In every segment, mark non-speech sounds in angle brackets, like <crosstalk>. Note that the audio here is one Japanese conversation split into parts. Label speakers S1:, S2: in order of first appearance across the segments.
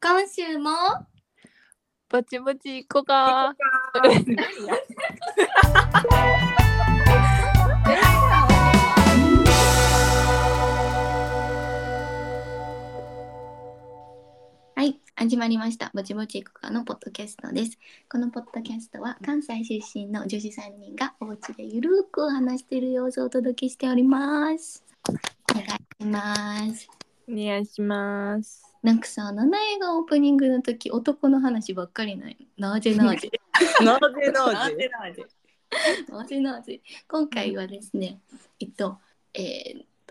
S1: 今週も
S2: ぼちぼち行こうか。
S1: はい始まりましたぼちぼちいこかのポッドキャストですこのポッドキャストは関西出身の女子3人がお家でゆるくお話している様子をお届けしておりますお願いします
S2: お願いします。
S1: なんかさ七重がオープニングの時男の話ばっかりないなぜな <laughs> ぜ
S2: なぜ
S1: なぜなぜなぜ今回はですねえっとえーっ <laughs>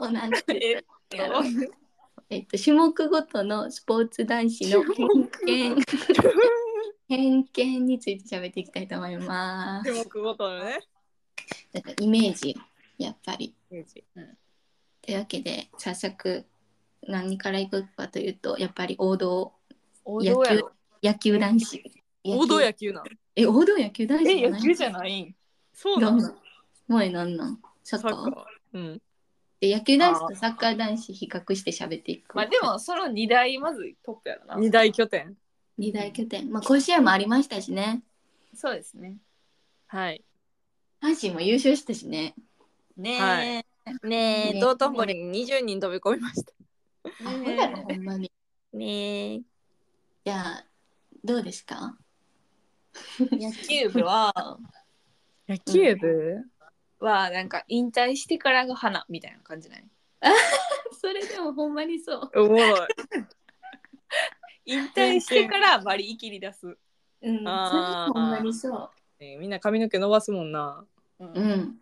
S1: となんて言ったらいいんだろう <laughs> えっと、種目ごとのスポーツ男子の偏見偏見について喋っていきたいと思います。
S2: 目ごとのね。
S1: なんかイメージやっぱり。
S2: うん
S1: というわけで早速何からいくかというとやっぱり王道
S2: 王道やろ。
S1: 野球男子。
S2: 王道
S1: 球
S2: 野球なん。
S1: え王道野球男子じゃ
S2: え、
S1: な
S2: 野
S1: い
S2: 球じゃないん。そう
S1: ど
S2: な
S1: うんぞもえなんなんサッ
S2: サ
S1: カ
S2: ッ
S1: ー
S2: カー。うん。
S1: で野球男子とサッカー男子比較して喋っていく。
S3: まあでもその2台まずトップやろな。
S2: 二大拠点。
S1: 二大拠点。まあ甲子園もありましたしね。
S3: そうですね。
S2: はい。
S1: 阪神も優勝したしね。
S3: ねえ。
S2: はいね
S1: ね
S2: え、道頓堀に20人飛び込みました。
S1: あほやろほんまに。
S2: ねえ。
S1: じゃあどうですか
S3: 野球部は、
S2: 野球部
S3: はなんか引退してからが花みたいな感じない
S1: それでもほんまにそう。
S2: おもろい。
S3: 引退してからバリ生きり出す。
S1: うん、それ
S2: あー
S1: ほんまにそう。
S2: ねえ <laughs> みんな髪の毛伸ばすもんな。
S3: う。
S1: うんん。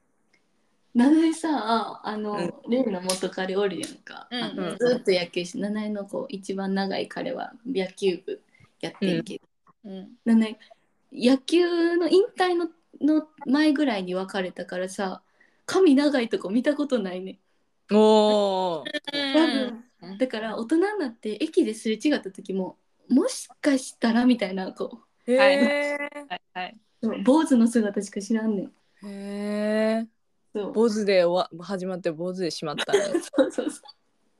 S1: なんでさ、あの、
S2: うん
S1: 例の元彼おるやんか。
S3: うん
S1: あの
S2: うん
S1: ずっと野球し、七重の子、一番長い彼は野球部やってんけど、
S3: うん。
S1: 七重野球の引退のの前ぐらいに別れたからさ、髪長いとこ見たことないね。
S2: おお。
S1: 多分、だから大人になって駅ですれ違った時も、もしかしたらみたいな、こ
S2: <laughs> へえ。
S3: はいはい。
S1: う、坊主の姿しか知らんねん。
S2: へえ。
S1: そう
S2: 坊主で終わ始まって坊主でしまったね。
S1: そうそうそ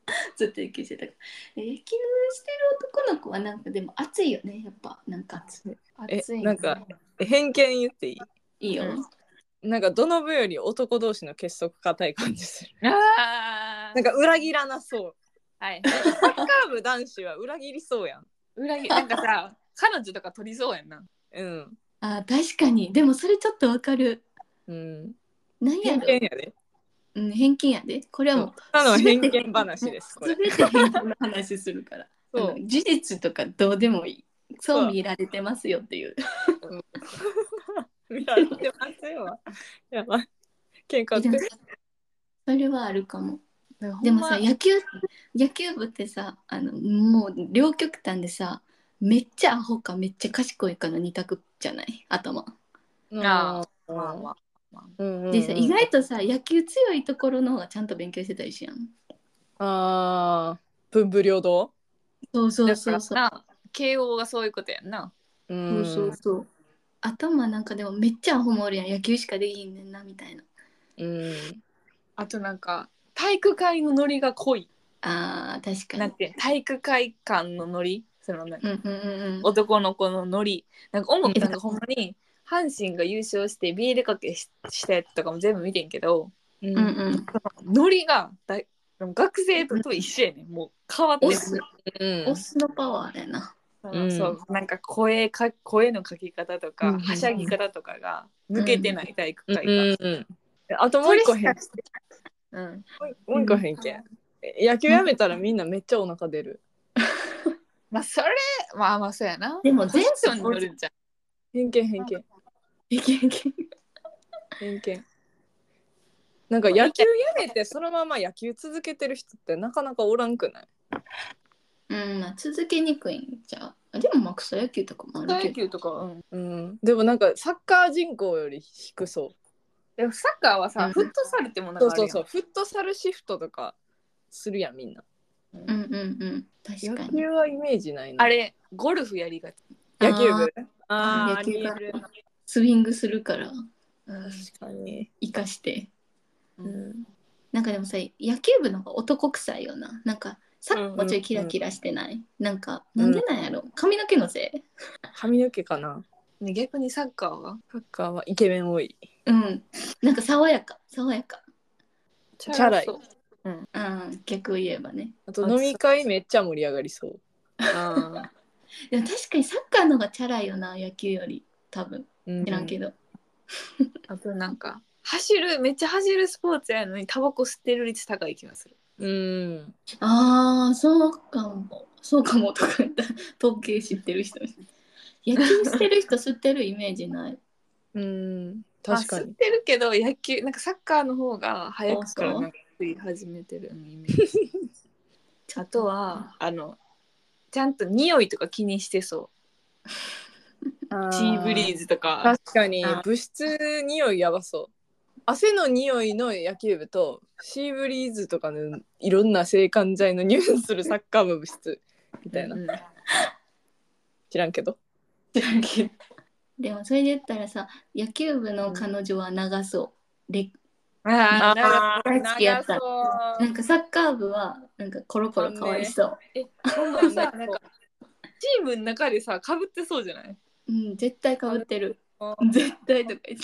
S1: う。ずっと野球してたから。野球してる男の子はなんかでも熱いよね、やっぱなんか。
S2: え
S3: 暑い
S2: なんか <laughs> 偏見言っていい
S1: いいよ。
S2: なんかどの部より男同士の結束固い感じ <laughs> する。
S3: あ
S2: なんか裏切らなそう。
S3: あ。はい。
S2: サッカー部男子は裏切りそうやん。
S3: 裏切りなんかさ、彼女とか取りそうやんな。
S2: うん。
S1: あー確かに。でもそれちょっとわかる。
S2: うん。
S1: なんや
S2: 偏
S1: ろ
S2: 見。やで。
S1: うん、偏見やで。これはもう。
S2: ただの偏見話です。こ
S1: すべ
S2: れ。
S1: て偏見の話するから。
S2: <laughs> そ
S1: あ
S2: う。
S1: の事実とかどうでもいい。そう見られてますよっていう。
S2: <laughs> 見られてますよ。やばい。喧嘩売ってる。
S1: それはあるかも。で
S3: ほん
S1: も
S3: ま
S1: さ、野球野球部ってさあのもう両極端でさめっちゃアホかめっちゃ賢いかの二択じゃない頭。
S3: なあ
S2: うん
S3: まあまあまあ。
S2: うんうんうん
S1: でさ意外とさ野球強いところの方がちゃんと勉強してたりしやん。
S2: ああ。文武両道。
S1: そうそ
S3: だ
S1: う
S3: か
S1: そう
S3: ら
S1: そう。
S3: な、慶応がそういうことやんな。
S1: そ
S2: う
S1: うそ
S2: ん
S1: う。そう。頭なんかでもめっちゃアホもおるやん野球しかできひんねんなみたいな。
S2: うん。
S3: あとなんか、体育会のノリが濃い。
S1: あー確か
S3: なん
S1: に。
S3: て <laughs> いうの体育会館のノリそのなんか
S1: うんうんうんうん。
S3: 男の子のノリなんか思った
S1: え
S3: なんかほんまに阪神が優勝してビールかけししたやつとかも全部見てんけど
S2: う
S1: うんうん。
S3: ノリがだい学生とと一緒やねんもう変わって
S1: オ
S3: る
S1: ス
S2: うん
S1: オスのパワーやな。
S3: そうそう
S2: う
S3: なんか声か声のかけ方と
S2: うん
S3: かはしゃぎ方とかが抜けてない体育
S2: うん
S3: 会館、
S2: うん。あともう一個偏見。
S3: うん、
S2: もう一個偏見。え野球やめたらみんなめっちゃお腹出る。
S3: まあそれまあまあそうやな
S1: でも全
S3: ファッションによるんじゃん
S2: 偏見偏見。
S1: いけいけ。
S2: 偏見。なんか野球やめてそのまま野球続けてる人ってなかなかおらんくない
S1: うんまあ続けにくいんじゃう。でもまあ草野球とかもあ
S3: 草
S1: る
S3: 野
S1: けど。
S3: 球とかはうん
S2: うん。でもなんかサッカー人口より低そう。
S3: でもサッカーはさ、
S1: うん
S3: フットサルってもなん
S2: そ
S3: か
S2: う
S3: ある
S2: そ
S3: や
S2: うんそう。フットサルシフトとかするやんみんな。
S1: うんうんうん。確
S2: 野
S1: かに。
S2: 球はイメージないな。
S3: あれ、ゴルフやりがち。
S2: 野球部
S1: あー
S2: あーあ
S1: 野球
S2: り
S1: が
S2: えるな。
S1: スイングするから
S3: うん
S2: 確かに。
S1: 生かして。
S2: うん
S1: なんかでもさ野球部の方が男臭いよななんかさ
S2: うんうんうん
S1: もうちょいキラキラしてない、なんかなんでなんやろ、髪の毛のせい
S2: 髪の毛かな
S3: ね逆にサッカーは
S2: サッカーはイケメン多い
S1: うんなんか爽やか爽やか
S3: チ
S2: ャラい
S3: そ
S1: う
S3: う
S1: ん逆を言えばね
S2: あと飲み会めっちゃ盛り上がりそう
S3: あ
S1: でも確かにサッカーの方がチャラいよな野球より多分
S2: うん
S1: 知らんけど、
S3: ーあとなんか走るめっちゃ走るスポーツやのにタバコ吸ってる率高い気がする
S2: うん
S1: ああそうかもそうかもとか言ったら統計知ってる人みたいな野球してる人吸ってるイメージない
S2: うん確か
S3: まあ吸
S2: に
S3: ってるけど野球なんかサッカーの方が早くから
S1: あそう
S3: なんか吸い始めてるうんイメージあとはあのちゃんと匂いとか気にしてそ
S2: あ
S3: うチーブリーズとか
S2: 確かに
S1: あー
S2: 物質匂いやばそう汗の匂いの野球部とシーブリーズとかのいろんな性感剤の匂いするサッカー部部室みたいな
S3: うん
S2: 知らんけど
S1: でもそれで言ったらさ野球部の彼女は長そうで
S3: あーなんか
S2: あ
S1: 大好きやった
S2: 長そう
S1: なんかサッカー部はなんかコロコロかわいそう、
S3: ほんまさなんかチームの中でさかぶってそうじゃない
S1: うん絶対かぶってる
S2: う
S1: 絶対とか言っ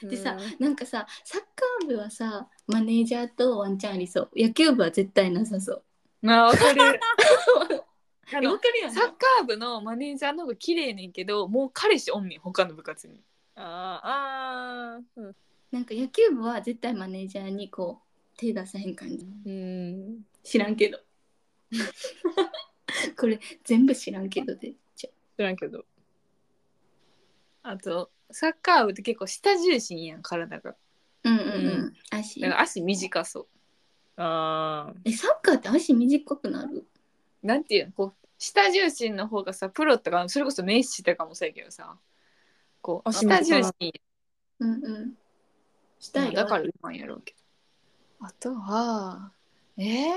S1: て
S2: ん
S1: でさなんかさサッカー部はさマネージャーとワンチャンありそう野球部は絶対なさそう
S3: まあわかる <laughs> あ
S1: えわ
S3: の
S1: かるやん
S3: サッカー部のマネージャーの方が綺麗ねんけどもう彼氏おんねん他の部活に
S2: あーあー
S1: なんか野球部は絶対マネージャーにこう手出さへん感じ
S2: うん
S1: 知らんけど <laughs> これ全部知らんけどでじゃ
S2: 知らんけど
S3: あとサッカー部って結構下重心やん体が
S1: うんうんうん、
S3: う
S1: 足
S3: だから足短そ
S2: あ
S1: えサッカーって足短くなる
S3: うなんていうのこう下重心の方がさプロとかそれこそメッシとかもそうやけどさこう
S2: 足
S3: 下
S2: 短い
S3: 重心
S1: うんうんしたい
S3: だかららうまいやろうけどあとはえー、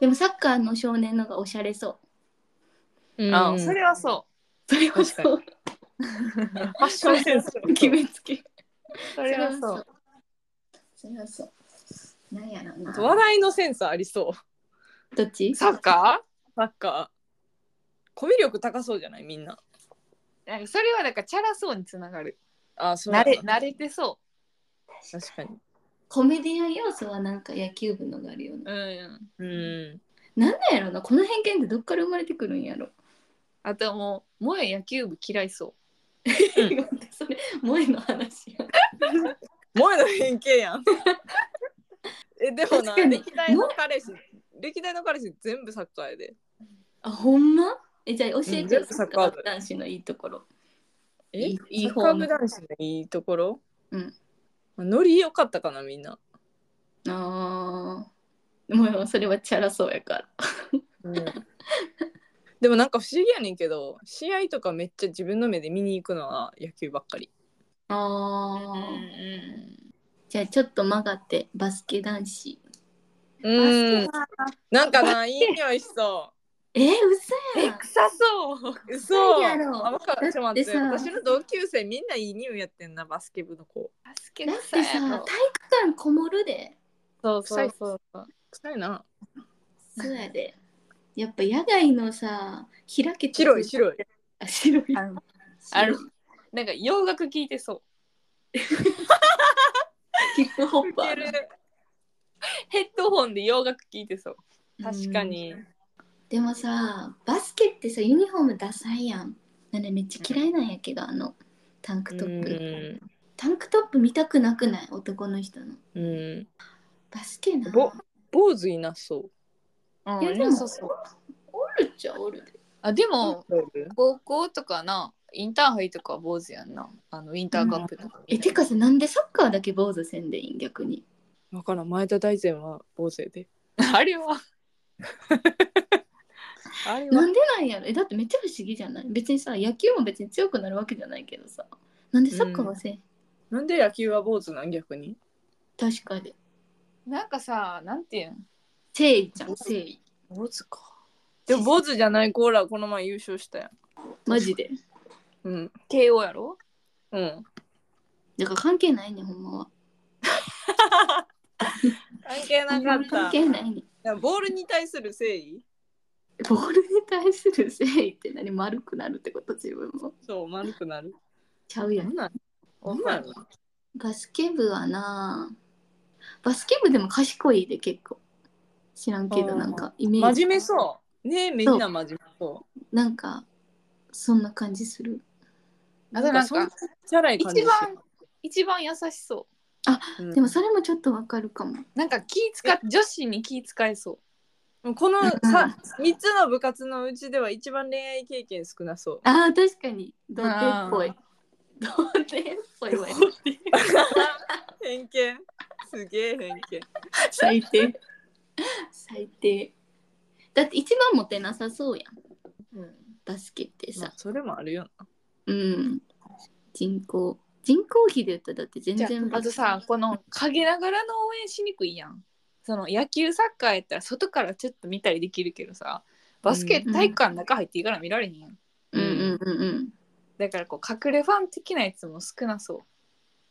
S1: でもサッカーの少年のがおしゃれそ
S2: ー
S3: あ
S2: うん
S3: それはそう
S1: それは
S2: 確
S1: <laughs> そう
S3: <laughs> うファッションセンス
S1: 決めつけ
S3: それはそう
S1: それはそうなんやろな
S2: う笑いのセンスありそう
S1: どっち
S3: サッカ
S2: サッカーコミュ力高そうじゃないみんな
S3: ーなんかそれはなんかチャラそうにつながる
S2: あーそうや
S3: 慣
S2: な
S3: れ慣れてそ
S2: 確かに
S1: コメディアン要素はなんか野球部のがあるよ
S3: う
S1: な、
S3: うん
S2: うん
S1: なんなんやろなこの偏見ってどっから生まれてくるんやろ
S3: あともうもや野球部嫌いそう
S1: <laughs>
S2: うん
S1: それ萌えの話 <laughs> や
S2: 萌えの偏見やんえでも
S1: 確
S2: な
S1: かに
S2: 歴代の彼氏歴代の彼氏全部サッカーやで
S1: あほんまえじゃあ教えてよ、
S2: うん
S1: サッカー部男子のいいところいいいい
S2: サッカ
S1: 方
S2: ー
S1: の
S2: 部男子のいいところ
S1: うん
S2: まあノリ良かったかなみんな、
S1: あーもうそれはチャラそうやから
S2: でもなんか不思議やねんけど試合とかめっちゃ自分の目で見に行くのは野球ばっかり
S1: あ
S3: う
S1: ー、
S3: ん
S1: じゃあちょっと曲がってバスケ男子
S2: うんなんかないい匂いしそ
S1: えー、嘘やん
S3: 臭そう
S2: う嘘
S1: そうやろ
S2: あわかるちょっと待って
S1: だってさ
S2: 私の同級生みんないい匂いやってんなバスケ部の子
S3: バスケ
S1: だ
S3: 臭
S1: ってさ体育館こもるで
S3: そう
S2: そ
S3: そうう
S2: そ
S3: そうう
S2: 臭いな
S1: そうやでやっぱ野外のさ開けて
S2: 白い白い
S1: あ白い
S3: あの
S1: 白い
S3: あのなんか洋楽聞いてそう
S1: ヒップホッパーな
S3: ヘッドホンで洋楽聞いてそう
S2: 確かに
S1: でもさバスケってさユニフォームダサいやんなんでめっちゃ嫌いなんやけど、あのタンクトップ、タンクトップ見たくなくない男の人の
S2: うんうん
S1: バスケな
S2: ぼ坊主いなそう
S3: うん
S1: いやで
S3: な
S1: も
S3: さそう
S1: おるっちゃおるで
S3: あでも高校とかなインターハイとかは坊主やんなあのインターカップとか、
S1: えてかさなんでサッカーだけ坊主せんでいいん逆に
S2: だからん前田大然は坊主やで
S3: <laughs> あれは
S2: あれ
S1: な
S2: は
S1: んでなんやろえだってめっちゃ不思議じゃない別にさ野球も別に強くなるわけじゃないけどさなんでサッカーはせん、
S2: なんで野球は坊主なん逆に
S1: 確かに
S3: なんかさなんていうん
S1: 誠意じゃん誠意
S3: 坊主か
S2: でも坊主じゃないコーラこの前優勝したやん
S1: マジで
S2: うん
S3: 慶応やろ
S2: うん
S1: だから関係ないねほんまは
S2: 関係なかった
S1: 関係ないね
S2: いやボールに対する誠意
S1: ボールに対する誠意って何丸くなるってこと自分も
S2: そう丸くなる
S1: ちゃうやん
S3: 何なん
S2: なんなんやろ
S1: バスケ部はなバスケ部でも賢いで結構知らんけ
S2: あ
S1: ど
S2: ー
S1: なんかイメージ
S2: 真面目そうねみんな真面目そ
S1: なんかそんな感じする
S2: う
S3: あとなん
S2: そ
S3: か
S2: んなチャラい感じ
S3: 一
S2: し
S3: 番一番優しそ
S2: うん
S1: でもそれもちょっとわかるかも
S3: うなんか気使っ女子に気使えそ
S2: もうこの
S1: うん
S2: さ3つの部活のうちでは一番恋愛経験少
S1: <laughs>
S2: なそう
S1: あー確かに童貞っぽい
S3: あ
S1: 童貞っぽいわよ
S2: 偏見すげえ偏見
S1: 最低最低だって一番モテなさそうやん
S3: う、うん、
S1: バスケってさ
S2: まあそれもあるよな
S1: うん人口人口比で言ったらだって全
S3: じゃ
S1: 然
S3: ああとさこの陰ながらの応援しにくいやんその野球サッカーやったら外からちょっと見たりできるけどさバスケ
S1: うん
S3: 体育館の中入っていいから見られへんやん、
S1: うんうんうんうん
S3: だからこう隠れファン的なやつも少なそう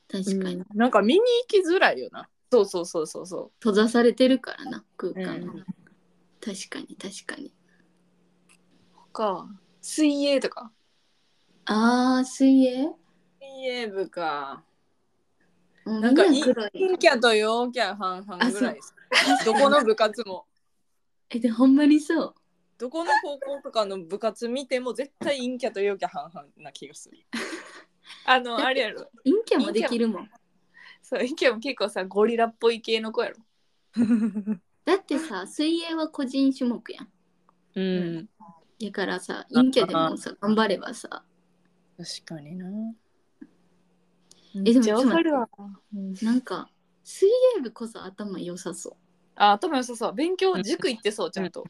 S1: 確かに、
S2: うんなんか見に行きづらいよな
S3: そうそうそうそうそ
S1: 閉ざされてるからな空間が、
S3: うん
S1: 確かに確かに
S3: うか水泳とか
S1: あー水泳
S2: 水泳部か
S1: な
S2: なんか
S1: み
S2: 陰
S1: んな黒い
S2: キャと陽キャ半々ぐらいですどこの部活も
S1: えでほんまにそう
S2: どこの高校とかの部活見ても絶対陰キャと陽キャ半々な気
S1: <laughs>
S2: がする
S3: あのあれやろ
S1: 陰キャもできるもん
S3: そうイケも結構さゴリラっぽい系の子やろ
S1: だってさ水泳は個人種目やん
S2: うん
S1: だからさ陰キャでもさ頑張ればさ
S2: 確かにな
S1: えでも
S3: めっちゃわかるわ、うん
S1: なんか水泳部こそ頭良さそう
S3: あ頭良さそう勉強塾行ってそうちゃんと、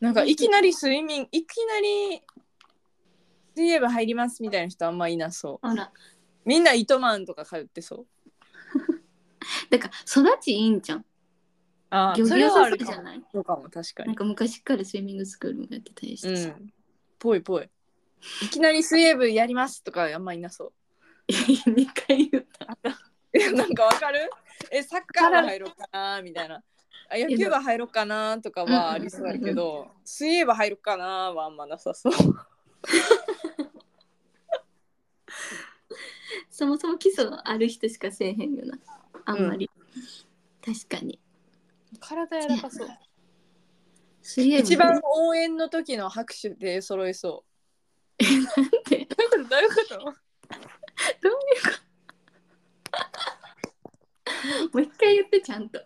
S2: なんかいきなり睡眠いきなり水泳部入りますみたいな人あんまいなそう
S1: あら
S2: みんな糸満とか通ってそう
S1: だから育ちいいんじゃん
S2: あ
S1: 漁
S2: そ
S1: 業
S2: れは
S1: さ
S2: あ
S1: そ
S2: る
S1: うじ
S2: か
S1: ゃ
S2: も
S1: ない
S2: そうかも確か
S1: なん
S2: に
S1: か昔からスイミングスクールもやってたりし
S2: う
S1: てさ、
S2: んぽいぽいいきなり水泳部やりますとかあんまいなそう
S1: <laughs> 2回言った
S2: え <laughs> なんかわかるえサッカーは入ろうかなみたいなあ野球部入ろうかなとかはありそうだけど水泳部入ろうかなはあんまなさそう
S1: そもそも基礎がある人しかせえへんよなあんまり、確かに
S3: 体柔らか <laughs> そう
S1: 水泳部
S2: 一番応援の時の拍手で揃えそ
S1: なんて
S3: どういうことどういうこと
S1: もう一回言ってちゃんと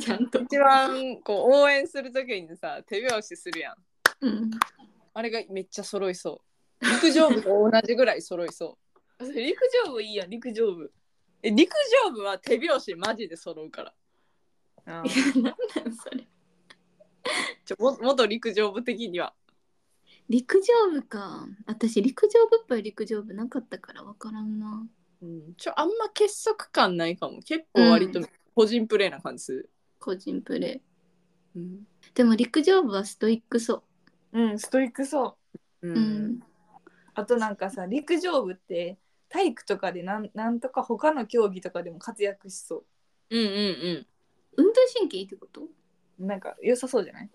S1: ちゃんと
S2: う、一番こう応援する時にさ手拍子するやん
S1: うん、 <laughs>
S2: あれがめっちゃ揃いそう陸上部と同じぐらい揃いそう
S3: それ陸上部いいやん陸上部
S2: え陸上部は手拍子マジで揃うから
S1: いやなんなんそれ
S2: <laughs> ちょも元陸上部的には
S1: 陸上部か私陸上部っぽい陸上部なかったから分からんな
S2: うんちょあんま結束感ないかも結構割と個人プレーな感じする、
S1: 個人プレ
S2: うん
S1: ーでも陸上部はストイックそ
S3: うんストイックそう
S1: う、
S2: ん
S1: うん、
S3: あとなんかさ陸上部って体育とかでなんなんとか他の競技とかでも活躍しそ
S2: うんうん
S1: 運動神経いいってこと
S3: うなんか良さそうじゃない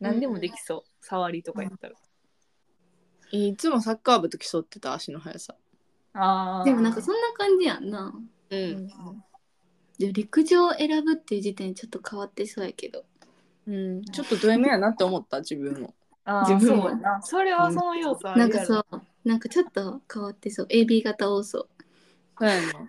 S3: 何でもできそう、触りとかやったら、
S2: うんいつもサッカー部と競ってた足の速さ
S3: あー
S1: でもなんかそんな感じやんな
S2: う
S3: うんん
S1: で陸上を選ぶっていう時点でちょっと変わってそうやけど
S2: うん、ちょっとド M やなって思った自分も
S3: あー
S1: 自分
S3: そ
S1: も
S3: うやなそれはその要素あ
S1: な
S3: るや
S1: ん
S3: ろ
S1: かそうなんかちょっと変わってそう AB 型多そう
S2: そうやな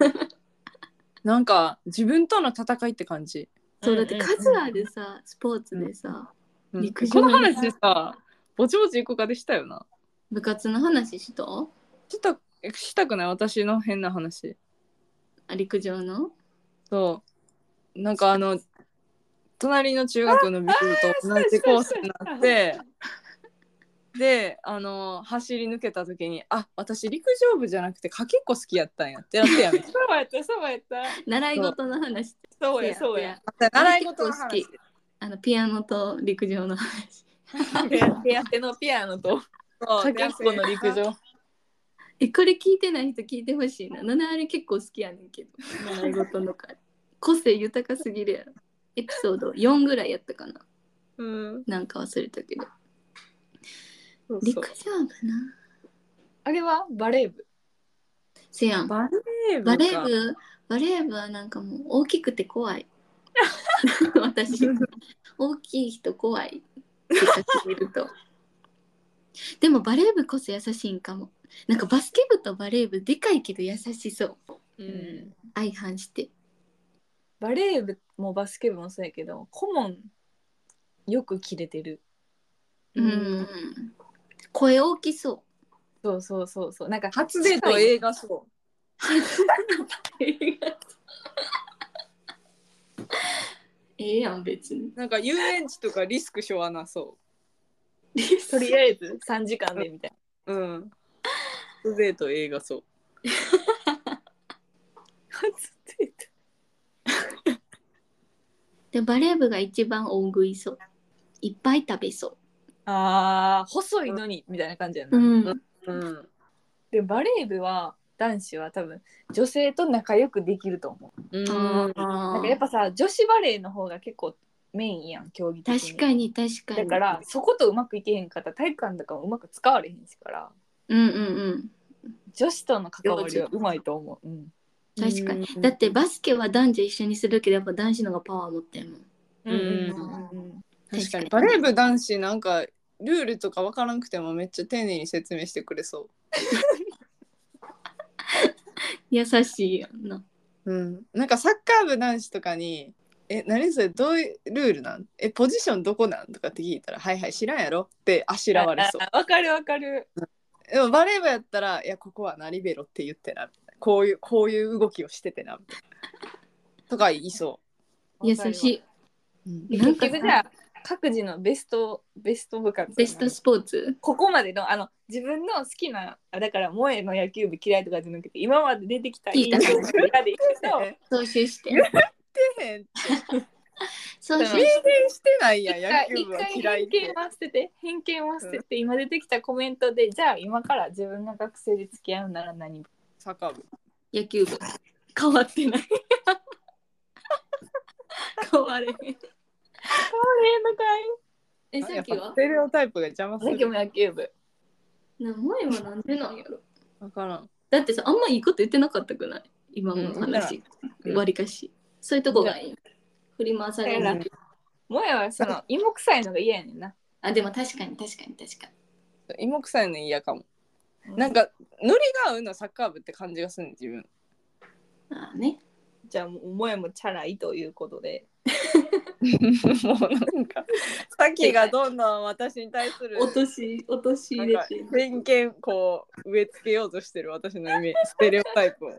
S2: <laughs> なんか自分との戦いって感じ、
S1: そうだっ
S3: う
S1: て
S3: んうん
S1: 数あるさスポーツでさ
S2: うん
S1: 陸上
S2: この話さぼちぼちいこかでしたよな
S1: 部活の話しと
S2: ちょっとえしたくない私の変な話
S1: あ陸上の
S2: そうなんかあの隣の中学のビルと同じコースになってであの走り抜けた時に「あ私陸上部じゃなくてかけっこ好きやったんや」ってなって
S3: <laughs>
S2: やめて
S3: そうやったそうやった
S1: 習い事の話
S3: そうやそう <laughs> や
S2: 習い事の話
S1: 結構好きあのピアノと陸上の話
S3: 手当手当てのピアノと
S2: そ
S3: か
S2: う
S3: けっこの陸上
S1: えこれ聞いてない人聞いてほしいな七割結構好きやねんけど習い事の回個性豊かすぎるやろエピソード4ぐらいやったかな
S2: うん
S1: なんか忘れたけど
S3: そうそう
S1: 陸上部な。
S3: あれはバレー部
S1: せやん。バ
S2: バレー部か
S1: レー部、バレー部はなんかもう大きくて怖い。 <laughs> 私、大きい人怖い。せっかく見ると。でもバレー部こそ優しいんかも。なんかバスケ部とバレー部でかいけど優しそう。
S3: うん
S1: 相反して。
S3: バレー部もバスケ部もそうやけど顧問よく切れてる
S1: うん。声大きそう。
S3: そうそうそうそうなんか
S2: 初デート映画そ
S1: <laughs> ええやん別に。
S2: うなんか遊園地とかリスクしょわなそ
S3: とりあえず3時間でみたいう
S2: うん初デート映画そう
S3: な初デート
S1: でバレー部が一番大食いそう。いっぱい食べそ
S3: あー細いのにみたいな感じや
S1: う。
S3: な、
S1: うん。
S2: うん
S3: でバレー部は男子は多分女性と仲良くできると思う
S2: うん
S3: なんかやっぱさ女子バレーの方が結構メインやん競技的
S1: 確かに確かに。
S3: だからそことうまくいけへんかったら体育館とかもうまく使われへんしから
S1: うんうん
S3: 女子との関わりはうまいと思う、う
S1: う
S3: ん
S1: ん。確かに
S2: う。ん
S1: だってバスケは男女一緒にするけどやっぱ男子の方がパワー持ってるもん。
S2: うん
S3: うん
S2: 確か
S1: 確
S2: に
S1: か
S2: バ
S1: に
S2: レー部男子なんかルールとかわからなくてもめっちゃ丁寧に説明してくれそ
S1: 優しいやんな。
S2: う、うん、なんかサッカー部男子とかに「え何それどういうルールなんえポジションどこなん?」とかって聞いたら「はいはい知らんやろ」ってあしらわれそう
S3: あ <laughs> わかるわかる
S2: でもバレー部やったら「いやここはなリベロって言ってな」みたいなこういうこういう動きをしててな」みたいなとか言いそ
S1: 優し
S2: う、うん
S1: い。
S3: で
S1: なんか
S3: 結局じゃあ各自のベストベスト部活
S1: ベストスポーツ
S3: ここまでのあの自分の好きなあだから萌えの野球部嫌いとかじゃなくて今まで出てきた
S1: 聞いた
S3: 印象の中でいくと
S2: え
S1: 総集して。
S2: てへんって
S1: 総集し
S2: 明言
S1: て。
S2: して <laughs> ないや
S3: 一回一
S2: ん野球部は
S3: 回
S2: 嫌いっ
S3: 偏見
S2: て
S3: は捨てて偏見は捨てて、今出てきたコメントでじゃあ今から自分が学生で付き合うなら何部
S2: サッカー部
S1: 野球部。変わって <laughs> ない。変われへん。え、さ
S2: や
S1: っ
S2: っ
S1: きは
S2: ぱステレオタイプが邪魔す
S3: さっき
S2: る
S3: も野球部
S1: 名前はなんでなんやろ
S2: わからん
S1: だってさあんまいいこと言ってなかったくない今の
S2: うんだから
S1: 話、
S2: うん
S1: 割りかしそういうとこがいい振り回され
S3: だ
S1: る
S3: か萌えはその芋臭いのが嫌やねんな
S1: あでも確かに確かに確か
S2: 芋臭いの嫌かも
S3: うん
S2: なんかノリが合うのサッカー部って感じがするね自 <laughs> 分
S1: にああね
S3: じゃあもう萌えもチャラいということで
S2: もうなんかさっきがどんどん私に対する
S1: 落とし落とし
S2: な
S1: 入
S2: ん
S1: れ
S2: か
S1: て
S2: 偏見こう植え付けようとしてる私のイ <laughs> メージステレオタイプを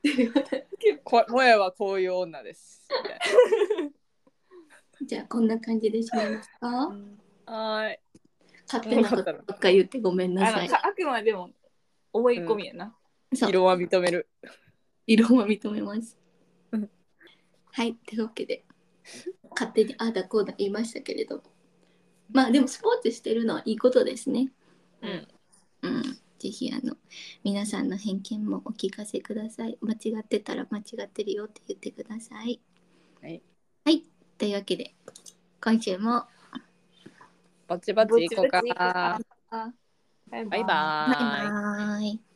S1: <laughs>
S2: こ萌えはこういう女ですみたい
S1: じゃあこんな感じでしまいますか
S2: なはーい
S1: 勝手なことばっか言ってごめんな
S3: あ
S1: さ
S3: の
S1: い
S3: かあくまでも思い込みやな、
S1: そう
S2: 色は認める
S1: 異論は認めます
S2: うん
S1: はいというわけで勝手にああだこうだ言いましたけれどもまあでもスポーツしてるのはいいことですね
S3: うん
S1: うん、ぜひあの皆さんの偏見もお聞かせください。間違ってたら間違ってるよって言ってください。
S2: はい、
S1: はい、というわけで今週も
S2: バチバチいこうか
S3: ぼちぼち行こうか
S2: バイバ
S1: バイ
S2: ーイ
S1: バーイ。